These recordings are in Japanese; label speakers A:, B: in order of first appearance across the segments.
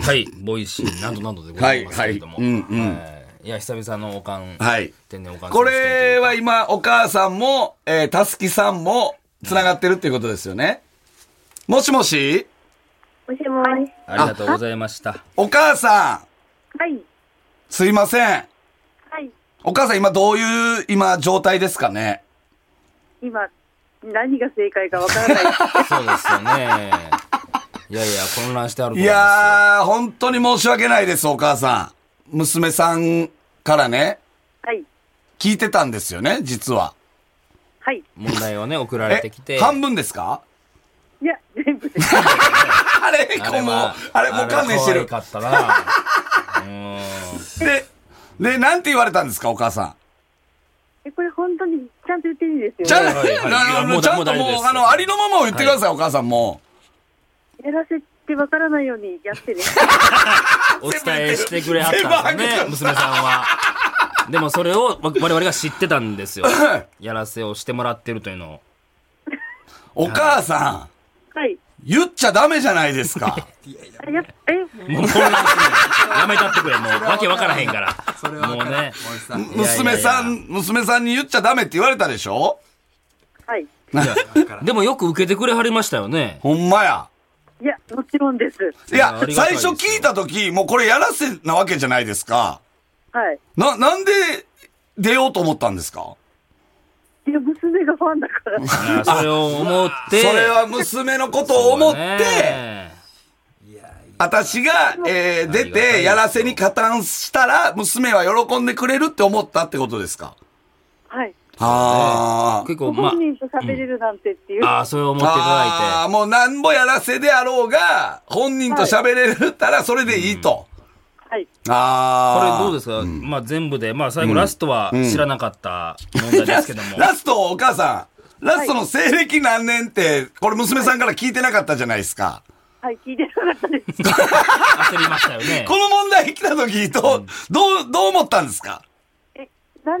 A: はい、ボイシーなどなどでございますけれども。
B: はいはいうんうん
A: はいいや、久々のおかん、
B: はい。
A: 天然おかん。
B: これは今、お母さんも、えー、たすきさんも、つながってるっていうことですよね。もしもし
C: もしもし。
A: ありがとうございました。
B: お母さん、
C: はい。
B: すいません。
C: はい。
B: お母さん今どういう、今、状態ですかね
C: 今、何が正解かわからない。
A: そうですよね。いやいや、混乱してあると
B: い
A: 思いま
B: やー、本当に申し訳ないです、お母さん。娘さんからね、
C: はい。
B: 聞いてたんですよね、実は。
C: はい。
A: すよ。問題をね、送られて
B: え
A: きて。、
B: 半分ですか
C: いや、全部です。
B: あれ、
A: あ
B: こ
A: れ
B: うもう
A: は、
B: あれもう観念して
A: あれ
B: る。
A: は可愛かったな。うーん。
B: で、で、なんて言われたんですか、お母さん。
C: え、これ本当にちゃんと言っていいんです
B: ちゃ
C: よ
B: ん
C: ね。
A: はいはい
B: なるほ
A: も
B: ど
A: う
B: ちゃんと
A: もう大丈夫で
B: もう、
A: す
B: あの、ありのままを言ってください、お母さんも
C: やらせてわからないようにやってね。
A: お伝えしてくれはったんですね、娘さんは。でもそれをわ我々が知ってたんですよ。やらせをしてもらってるというのを。
B: う。お母さん、
C: はい。
B: 言っちゃダメじゃない ですか。
C: あやっえ、
A: もう混乱するの。やめたってくれ、もう。わけわからへんから。もうね。
B: 娘さ
A: いやいやい
B: ん、娘さんに言っちゃダメって言われたでしょ
C: はい。
A: やでもよく受けてくれはりましたよね。
B: ほんまや。
C: いや、もちろんです。
B: い
A: い
B: や
A: やあ、りがた
B: 最
A: いです
B: 初
A: よ
B: 聞いたとき、もうこれやらせなわけじゃないですか。
C: はい。
B: な、なんで出ようと思ったんですか
C: いや、娘がファンだから。
A: あそれを思って。
B: それは娘のことを思って、
A: ね
B: 私が、えー
A: あ
B: 出
A: りがたいですよ
B: て、やらせに加担したら、娘は喜んでくれるって思ったってことですか
C: はい。
B: あー
A: 結
C: ご
A: 構、ま
C: 本人と喋れるなんてっていう。
A: あ、あーそれを思っていただ
B: あー、もうなんぼやらせであろうが、本人と喋れるったらそれでいいと。あ
C: はい。
A: いて。
B: あ。
A: これどうですか、まあ全部で、まあ最後ラストは知らなかった問題ですけ ども。
B: ラスト、お母さん、ラストの西暦何年って、これ娘さんから聞いてなかったじゃないですか。
C: はい、聞いてなかったです。
A: 焦りましたよね。
B: この問題来た時、どう、どう、どう思ったんですか
C: え、なん、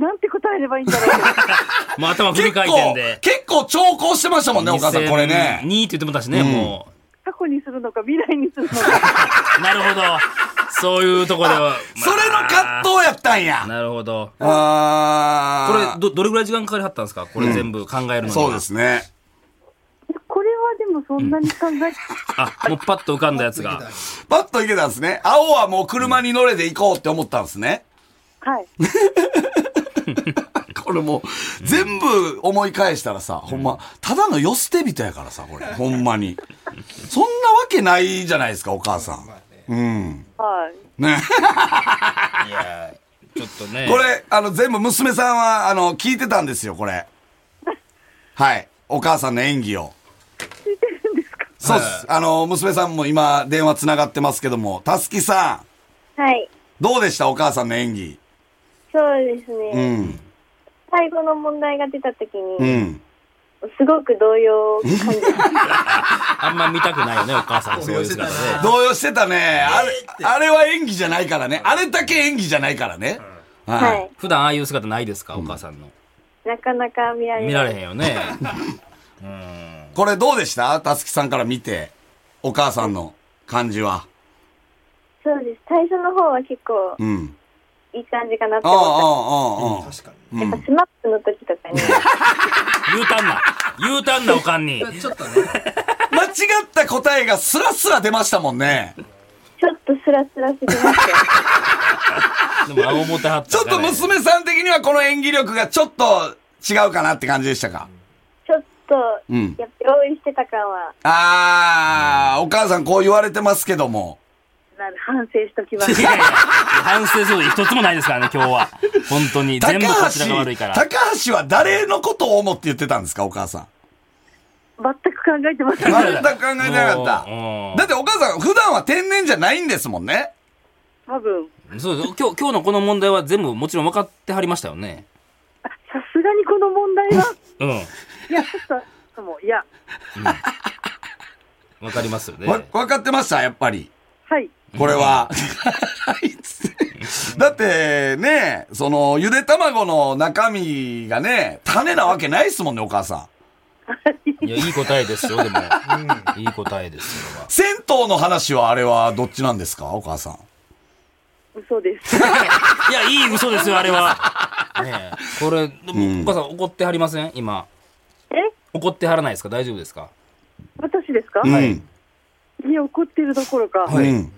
C: なんて答えればいいんだろう。
A: もう頭フ
B: 結
A: ル回
B: 構
A: 転で、。
B: 結構長考してましたもんね、お母さん、これ
A: 2002
B: ね。
A: って言ってもたしね、も
C: 過去にするのか、未来にするのか。
A: う。なるほど。そういうとこでは。
B: それの葛藤やったんや。
A: なるほど。これ
B: ああ。
A: ど、どれぐらい時間かかりはったんですかこれ全部考えるのには。
B: そうですね。
C: これはでもそんなに考え、
A: あ、もうパッと浮かんだやつが。
B: パッといけたんですね。青はもう車に乗れで行こうって思ったんですね。
C: はい。
B: これもう、全部思い返したらさ、ほんま、ただの寄捨て人やからさ、これ。ほんまに。そんなわけないじゃないですか、お母さん。うん。
C: はい。
B: ね。
A: いやちょっとね。
B: これ、あの、全部娘さんは、あの、聞いてたんですよ、これ。はい。お母さんの演技を。
C: 聞いてるんですか
B: そうっす。あの、娘さんも今、電話繋がってますけども、たすきさん、
D: はい。
B: どうでしたお母さんの演技。
D: そうですね。
B: うん。
D: 最後の問題が出たとき
B: う
D: に、
B: ん。
D: すごく動揺を感 じました。
A: あんま見たくないよね、お母さん。そういう姿ね。
B: 動揺してたね。あれ、あれは演技じゃないからね。あれだけ演技じゃないからね。
D: は
B: はい
D: い。。
A: 普段ああいう姿ないですかお母さんの。
D: なかなか見られない。
A: 見られへんよね。
B: これどうでしたたすきさんから見て、お母さんの感じは。
D: そうです。最初の方は結構
B: うん。
D: いい感じかなって
B: ああ、あ
D: 思っ
B: あ、ああ。確かに。
D: た。や
B: うん
D: っぱ。スマップの時とかに、
A: 言うたんな。言うたんな、おかんに。
B: 間違った答えがスラスラ出ましたもんね。
D: ちょっとスラスラすぎま した。
A: でも、あおもてはった
B: ちょっと娘さん的にはこの演技力がちょっと違うかなって感じでしたか。
D: ちょっと、
B: うん
D: やっぱ用意してた感は、
B: ああ、お母さんこう言われてますけども。
C: なる反省しとき ま
A: い
C: す。
A: やいや反省すること一つもないですからね、今日は。本当に。
B: 高
A: 全部こちらが
B: 橋
A: 悪いか、ら。
B: 高橋は誰のことを思って言ってたんですか、お母さん。
C: 全く考えてません。
B: 全く考えてなかった
A: もううん。
B: だってお母さん、普段は天然じゃないんですもんね。
C: 多分。
A: そうです今日、今日のこの問題は全部もちろん分かってはりましたよね。
C: さすがにこの問 題は、
A: うん。
C: いや、ちょっと、もう、いや、
A: 分かりますよね。
B: わ、分かってましたやっぱり。
C: はい。
B: これ は。はいつってだって、ね、その、ゆで卵の中身がね、種なわけないですもんね、お母さ
A: いや、いい答えですよ、でも。いい答えですよ。
B: 銭湯の話はあれはどっちなんですかお母さん。
C: 嘘です。
A: いや、いい嘘ですよ、あれは。 ねえこれ、でもお母さん怒ってはりません今。
C: え
A: 怒ってはらないですか大丈夫ですか
C: 私ですか、
B: はい
C: いや、怒ってるどころか、
B: うん。うん。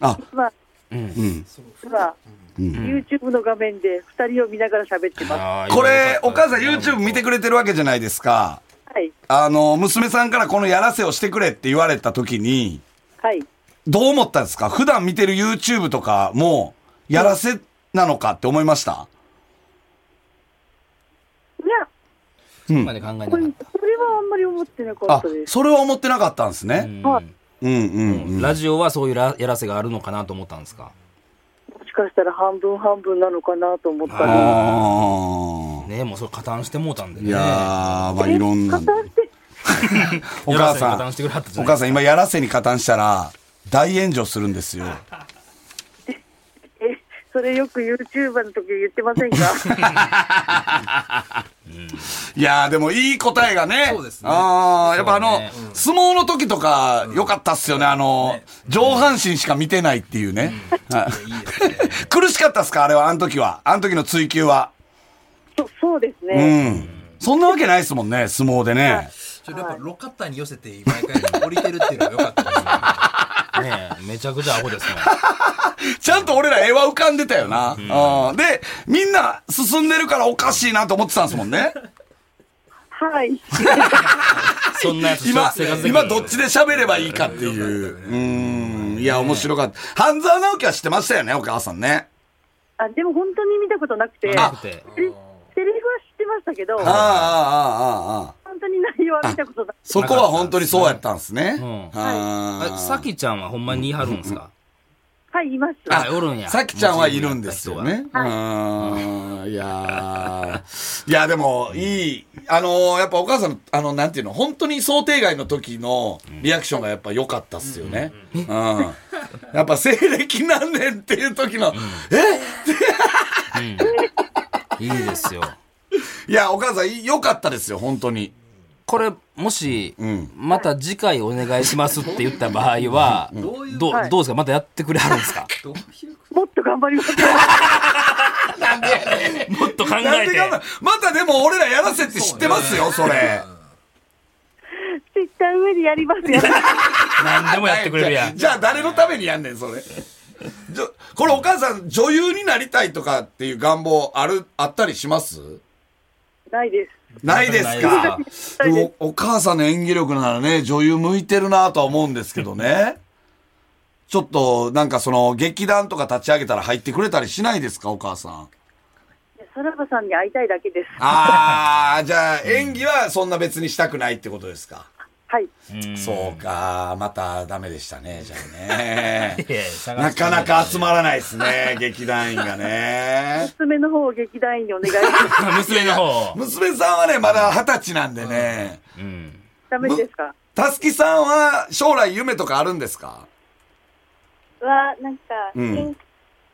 B: あ、
C: まあ、
A: うん。
B: うん。
C: 今、YouTube の画面で2人を見ながら喋ってます。
A: あー
B: これ、お母さん YouTube 見。
A: 今よかったですね
B: てくれてるわけじゃないですか。
C: はい、
B: あの、娘さんからこのやらせをしてくれって言われた時に、
C: はい。
B: どう思ったんですか普段見てる YouTube とかも、やらせなのかって思いました
C: いや、
A: 本当まで考えな
C: こ
A: か
C: れ
A: っ
C: それはあんまり思ってなかっ
B: あ
C: た、です。
B: それは思ってなかったんです
A: た。う
B: ね。
A: ん
C: はい
B: うんうんうん。
A: ラジオはそういうらやらせがあるのかなと思ったんですか。
C: もしかしたら半分半分なのかなと思った
A: あ
C: ら、
B: あ
A: ねえもうそれ加担してもうたんで
B: ー
A: ね。
B: いやー、まあいろんな。
C: 片して、
B: お母
A: やらせに
B: さ
A: 加担してくれはったじ
B: ん、お
A: ゃない
B: 母さん今やらせに加担したら、大炎上するんですよ。
C: え、それよく YouTuber の時言ってませんか
B: いやーでもいい答えがね。
E: そうですね
B: ああ、やっぱあの、
A: そうね
B: 相撲の時とか、良かったっすよね。あの、上半身しか見てないっていうね。はい
E: いいですね。
B: 苦しかったっすかあれは、あの時は。あの時の追求は。
C: そそうです
B: う
C: ね。
B: ん。そんなわけないですもんね、相撲でね。
E: ちょっとやっぱロカッターに寄せて毎回降りてるっていうのは良かったですね。
A: ねえめちゃくちゃアホですね。
B: ちゃんと俺ら絵は浮かんでたよな。うん。で、みんな進んでるからおかしいなと思ってたんですもんね。
C: はい。
A: そんなやつ
B: 今
A: 生活、できる
B: 今どっちで喋ればいいかっていう。うん。いや、面白かった。半沢直樹は知ってましたよね、お母さんね。
C: あ、でも本当に見たことなくて、
A: なくて。
C: セリセリフは知ってましたけど、
B: ああ、あ
C: 本
B: あ、ああ、ああ。
C: 当に内容は見たことなくて、
B: そこは本当にそうやったんですね。
A: うん
B: あ
A: あ
B: あ
A: さきちゃんはほんまに言い張るんですか
C: はい、います。
A: あおるんや。
B: さきちゃんはいるんですよね。
C: は
B: あ
C: い
B: ーいやーいや、でも、いい。あのーやっぱお母さんの、あの、なんていうの、本当に想定外の時のリアクションがやっぱ良かったっすよね。うん。やっぱ西暦何年っていう時の、え
A: いいですよ。
B: いや、お母さん良かったですよ、本当に。
A: これ、もし、
B: ん
A: また次回お願いしますって言った場合は、ど
E: ど
A: う
E: ういう
A: どう
C: はい
A: ですかまたやってくれはるんですか
E: どういうこ
C: もっと頑張ります。
A: もっと考
B: なん
A: え
B: で
A: て。
B: かなまたでも俺らやらせって知ってますよ、それ。
C: ツイッター上でやります よ。
A: 何でもやってくれるや ん。
B: じゃあ誰のためにやんねん、それ。じゃこれお母さん、女優になりたいとかっていう願望ある、あったりします
C: ないです。
B: ないですか。
C: ないです
B: でもお母さんの演技力ならね、女優向いてるなとは思うんですけどね。ちょっと、なんかその、劇団とか立ち上げたら入ってくれたりしないですか、お母さん。
C: さらばさんに会いたいだけです。
B: あー、じゃあ演技はそんな別にしたくないってことですか。
C: はい。
B: そうか、またダメでしたね、じゃあね。
A: いやいや探
B: な
A: して
B: かなか集まらないですね、劇団員が ね。
C: 娘の方を劇団員にお願いします。
A: 娘の方。
B: 娘さんはね、まだ二十歳なんでね。
A: うん。
C: ダメですか
B: たすきさんは将来夢とかあるんですか
D: は、なんか、
B: うん
D: 研究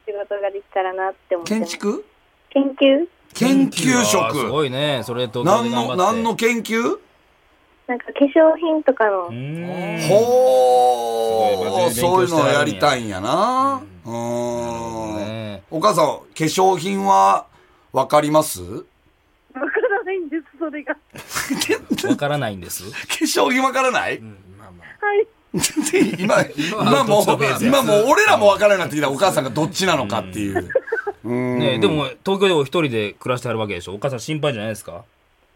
D: 仕事ができたらなって思って
B: 建
D: ます。
B: 築
D: 研究
B: 研究
A: あす
B: 職。
A: ごいね。それと、
B: 何の、何の研究
D: なんか化粧品とかの
A: う、ーん。
B: ほー、
A: すご
B: そうい
A: い真面目に勉強
B: うのをやりたいんやな。うーん。
A: ね
B: お母さん、化粧品はわかります
C: わ からないんです、それが。
A: わからないんです。
B: 化粧品わからない
C: はい。
B: 今、今もう、今もう俺らも分からなくなってきたお母さんがどっちなのかっていう。
A: ねでも、東京でお一人で暮らしてはるわけでしょお母さん心配じゃないですか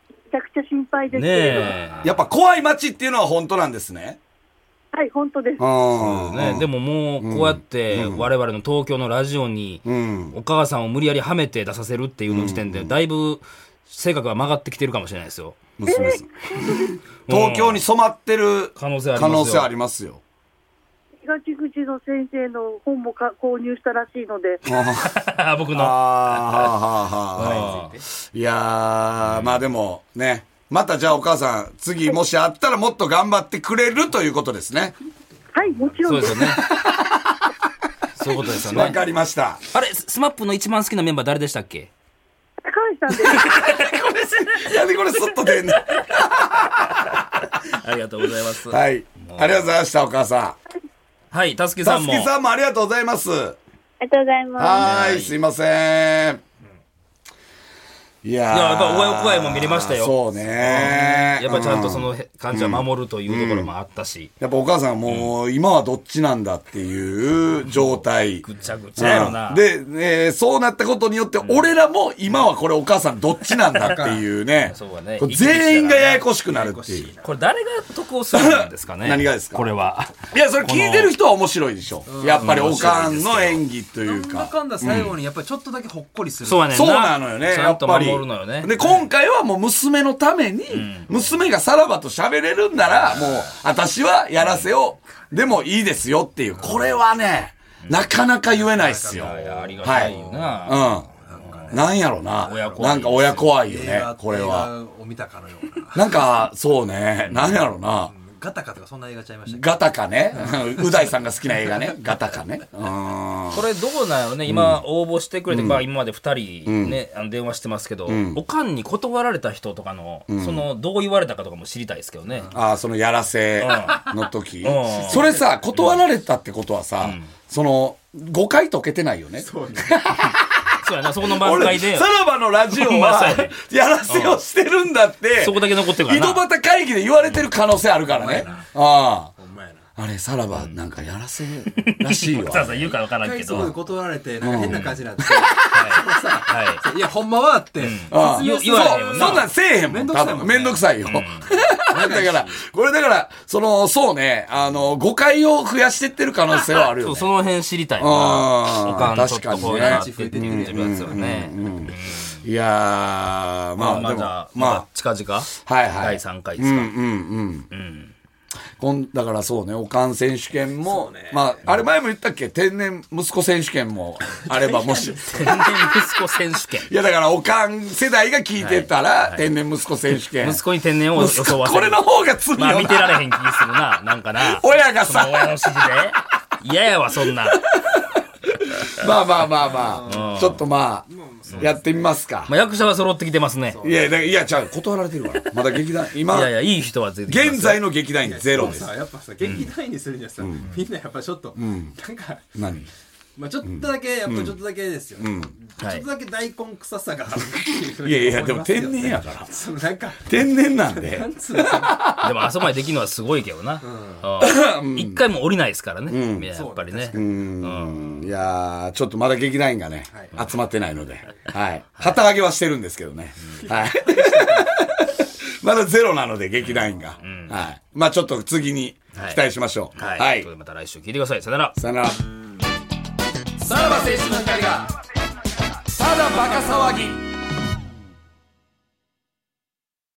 C: めちゃくちゃ心配です
A: ね
C: けれども。
A: え。
B: やっぱ怖い街っていうのは本当なんですね。
C: はい、本当です。
B: うん
A: ね、でももうこうやって我々の東京のラジオに
B: ん
A: お母さんを無理やりはめて出させるっていうの時点でだいぶ性格が曲がってきてるかもしれないですよ
B: 娘さん。東京に染まってる
A: 可能性あります
B: 可
A: よ
B: 能性ありますよ。
C: 東口の先生の本もか購入したらしいので、
A: 僕
B: あーは
A: の
B: あはあはあいやー、まあでもね、またじゃあお母さん、次もしあったらもっと頑張ってくれるということですね。
C: はい、もちろん
A: そうで
C: で。
A: すすよねそういうことですよ
B: わ
A: ね
B: かりました。
A: あれスマップの一番好きなメンバー誰でしたっけ
C: 高橋さんです。
B: これなんでこれスッと出んねん
A: ありがとうございます。
B: はい。ありがとうございました、お母さ
A: はい、たすき
B: ん。
A: さ
B: さ
A: ん
B: つ
A: も。
B: きさんもありがとうございます。
D: ありがとうございます。
B: はーい、すいません。いやー
A: いややっぱお声お声も見れましたよ
B: そうね。
A: やっぱちゃんと
B: う
A: そのへ感じは守るというところもあったし、
B: やっぱお母さんはもう、今はどっちなんだっていう状態。
A: ぐちゃぐちゃやろな。。
B: うん、で、えーそうなったことによって、俺らも今はこれお母さんどっちなんだっていうね
A: そうだね
B: これ全員がややこしくなるっていう。
A: これ誰が得をするんですかね
B: 何がですか
A: これは。
B: いや、それ聞いてる人は面白いでしょ。やっぱりおかんの演技という
E: なんだ
B: か。
E: かんだ最後にやっぱりちょっとだけほっこりする。
A: そうやねん
B: そうなのよね。
A: ちゃ
B: や
A: ん
B: っ
A: と
B: ぱり。
A: 守るのよね。
B: で、今回はもう娘のために、娘がさらばと喋れるんなら、もう、私はやらせを、でもいいですよっていう。これはね、なかなか言えないっすよ。
A: いやありがたいな。
B: うん。なんやろな
A: 親。子愛
B: なんか親怖いよ
E: 映
B: ね
E: 画、
B: これは。
E: 映画を見たかのよう
B: な
E: な。
B: んか、そうね。なんやろな。
E: ガタガタがそんな映画ちゃいましたけど。
B: ガタかね。 うだいさんが好きな映画ね。ガタかね。うん。
A: これどうなんやろね今応募してくれて、まあ、今まで2人、ねあの電話してますけど、おかんに断られた人とかの,、そのどう言われたかとかも知りたいですけどね、
B: ああ、そのやらせの時
A: うん。
B: それさ、断られたってことはさ、その、誤解解けてないよね。
A: そうやなそこの挽
B: 俺
A: 回で
B: さらばのラジオ
A: ほんまそう
B: は
A: やね、
B: やらせをしてるんだって、
A: そこだけ残ってるか
B: 井
A: ら
B: 戸
A: な
B: 端会議で言われてる可能性あるからね。あ
E: ほんまやな。
B: あ。あれ、さらば、なんかやらせらし いわ。
A: さあさあ言うか分から
E: 一
A: んけ
E: 回す
A: ど、
E: ごい
A: は
E: 断られて、なんか変な感じになって。
A: い、
E: いや、ほんまはって。
B: ああ
A: 言わ
B: そう
A: 言わへんもんな
B: そんなんせえへんも
E: め
B: ん。
E: んどくさ
B: 多
E: いもんね
B: 分めんどくさいよ。 だから、これだから、その、そうね、あの、誤解を増やしてってる可能性はあるよ
A: そう
B: ね。
A: その辺知りたいな
B: あー
A: おかんちょっとこういうのあってって
E: 確かにね
A: 言ってるやつはね、
B: いやー、まあ、
A: まあ
B: で
A: じゃあ
B: も、
A: ま
B: ま
A: あ近々、
B: あ、はいはい。
A: 第3回ですか、
B: うんうんうん。こんだからそうね、おかん選手権も、まあ、あれ前も言ったっけ天然息子選手権もあれば、もし。
A: 天然息子選 手権
B: いや、だから、おかん世代が聞いてたら、天然息子選手権。
A: 息子に天然を
B: 息
A: 装
B: 子
A: わせ
B: こ
A: る
B: れの方が罪よ
A: まあ見てら
B: な。
A: れへん気するな、なんかな。
B: 親がさ
A: その親の指示で。嫌やわ、そんな。
B: まあまあまあまあ。ちょっとまあ、やってみますか。
A: まあ役者は揃ってきてますね。
B: いや、だからいや、じゃあ断られてるから。まだ劇団、今
A: い、やいや、いい人はついてきますよ
B: 現在の劇団員ゼロです
E: さ。やっぱさ劇団員にするにはさ、みんなやっぱちょっと、なんか、
B: 何
E: まあ、ちょっとだけ、やっぱちょっとだけですよ、ちょっとだけ大根臭さがあるっていうふう
B: い
E: に
B: や
E: 思
B: い
E: い
B: や、でも
E: ますよ
B: 天然やから。
E: そのなんか
B: 天然なんで
E: な。んつうのさ
A: でも、あそこまでできるのはすごいけどな。うん一回も降りないですからね。いややっぱりね。
B: うんいやー、ちょっとまだ劇団員がね、集まってないので、はい。旗揚げはしてるんですけどね。はい。 まだゼロなので、劇団員が。はい。まあちょっと次に期待しましょう。
A: は。
B: はいい
A: ということで。また来週聞いてください。さよなら。
B: さよなら。
E: らば青春の光が
B: ただバカ騒ぎ。